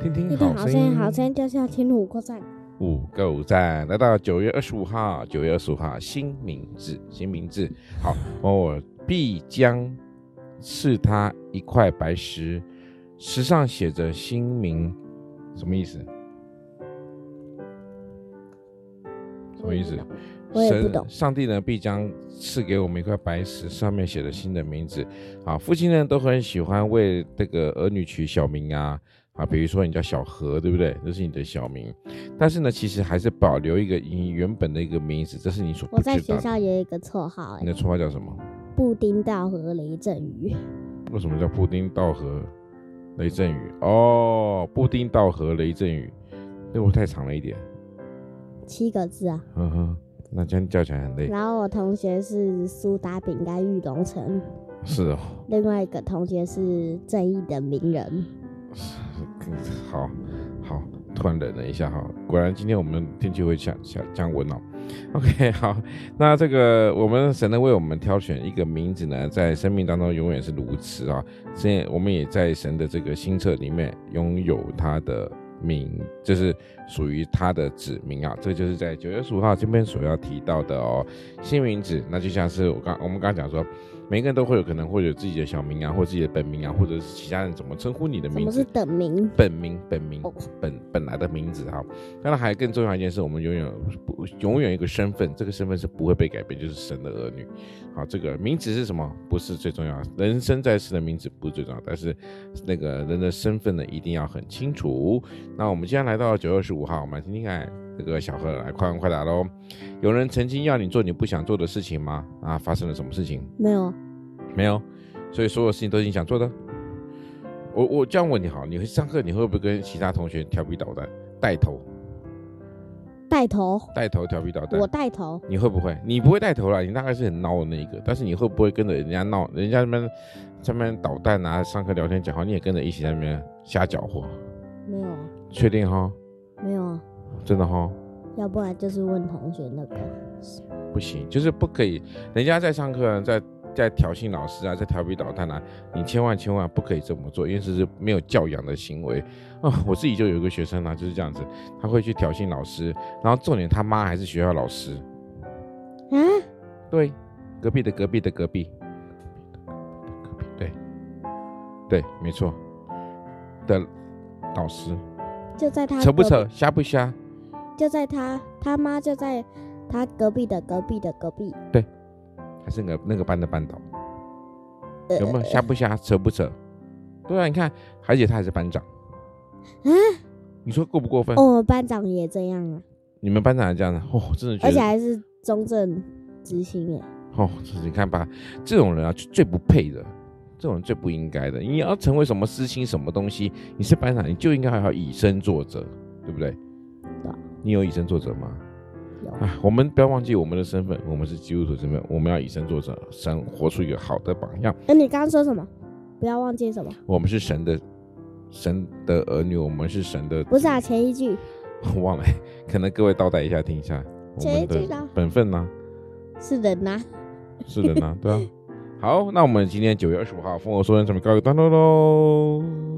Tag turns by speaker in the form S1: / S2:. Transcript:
S1: 听
S2: 一
S1: 听
S2: 段
S1: 嗯好
S2: 好
S1: 声
S2: 声音，
S1: 音，
S2: 好声音就是要听五个赞。
S1: 五个五赞，来到九月二十五号，九月二十五号，新名字，新名字，好，我必将赐他一块白石，石上写着新名，什么意思？什么意思？
S2: 我也不
S1: 神
S2: 懂
S1: 上帝呢必将赐给我们一块白石，上面写着新的名字。啊，父亲呢都很喜欢为这个儿女取小名啊啊，比如说你叫小何，对不对？这是你的小名，但是呢，其实还是保留一个你原本的一个名字，这是你所
S2: 我
S1: 不
S2: 在
S1: 知道
S2: 学
S1: 的。
S2: 校也有一个绰号、
S1: 你
S2: 欸，
S1: 的绰号叫什么？
S2: 布丁道和雷阵雨。
S1: 为什么叫布丁道和雷阵雨？哦，布丁道和雷阵雨，那我太长了一点。
S2: 七个字啊。
S1: 呵呵，那这样叫起来很累。
S2: 然后我同学是苏打饼干玉龙城，
S1: 是哦。
S2: 另外一个同学是正义的名人。
S1: 好好，突然忍了一下哈，果然今天我们天气会降降降温哦。OK，好， 那这个我们神呢为我们挑选一个名字呢，在生命当中永远是如此啊。现在我们也在神的这个新册里面拥有他的名，就是属于他的子民啊。这就是在九月十五号这边所要提到的哦，新名字。那就像是我刚我们刚刚讲说，每个人都会有可能会有自己的小名啊，或自己的本名啊，或者是其他人怎么称呼你的
S2: 什
S1: 名
S2: 么
S1: 字
S2: 是。等名？
S1: 本名本名
S2: 哦
S1: 本本来的名字哈。当然还更重要一件事，我们永远不永远有一个身份，这个身份是不会被改变，就是神的儿女。好，这个名字是什么不是最重要，人生在世的名字不是最重要，但是那个人的身份呢一定要很清楚。那我们今天来到九月十五号，我们来听听看这个小贺来快问快答喽。有人曾经要你做你不想做的事情吗？啊，发生了什么事情？
S2: 没有，
S1: 没有，所以所有事情都是你想做的。我我这样问你好，你会上课你会不会跟其他同学调皮捣蛋，带头
S2: 带头，
S1: 带头调皮捣蛋
S2: 我？带头，
S1: 你会不会？你不会带头啦，你大概是很孬的那一个，但是你会不会跟着人家闹？人家那边上面捣蛋啊，上课聊天讲话，你也跟着一起在那边瞎搅和？
S2: 没有，啊，
S1: 确定哈？
S2: 没有，啊，
S1: 真的哈？
S2: 要不然就是问同学那个。
S1: 不行，就是不可以。人家在上课啊，在在挑衅老师啊，在调皮捣蛋啊，你千万千万不可以这么做，因为这是没有教养的行为啊、我自己就有一个学生啊，就是这样子，他会去挑衅老师，然后重点他妈还是学校老师，
S2: 啊，
S1: 对，隔壁的隔壁的隔壁，对，对，没错的老师，
S2: 就在他
S1: 扯不
S2: 隔壁
S1: 扯？瞎不瞎？
S2: 就在他他妈就在他隔壁的隔壁的隔壁，
S1: 还是那个那个班的班导，有
S2: 呃
S1: 没有瞎不瞎，扯不扯？对啊，你看，而且他还是班长，
S2: 啊，
S1: 你说过不过分？
S2: 哦，我们班长也这样啊，
S1: 你们班长还这样子，哦，真的觉
S2: 而且
S1: 得，
S2: 还是中正执行耶。
S1: 哦，真是你看吧，这种人啊，就最不配的，这种人最不应该的。你要成为什么私心什么东西，你是班长，你就应该还要以身作则，对不对？
S2: 对啊
S1: 你有以身作则吗？
S2: 有
S1: 啊，我们不要忘记我们的身份，我们是基督徒身份，我们要以身作则，神活出一个好的榜样。
S2: 那、你刚刚说什么？不要忘记什么？
S1: 我们是神的，神的儿女，我们是神的。
S2: 不是啊，前一句，
S1: 我忘了，可能各位倒带一下听一下我
S2: 前一
S1: 们
S2: 句
S1: 的
S2: 呢
S1: 本分呢、
S2: 是人呐、
S1: 是的呢，对啊。好，那我们今天九月二十五号《烽火说人》这么告一个段落喽。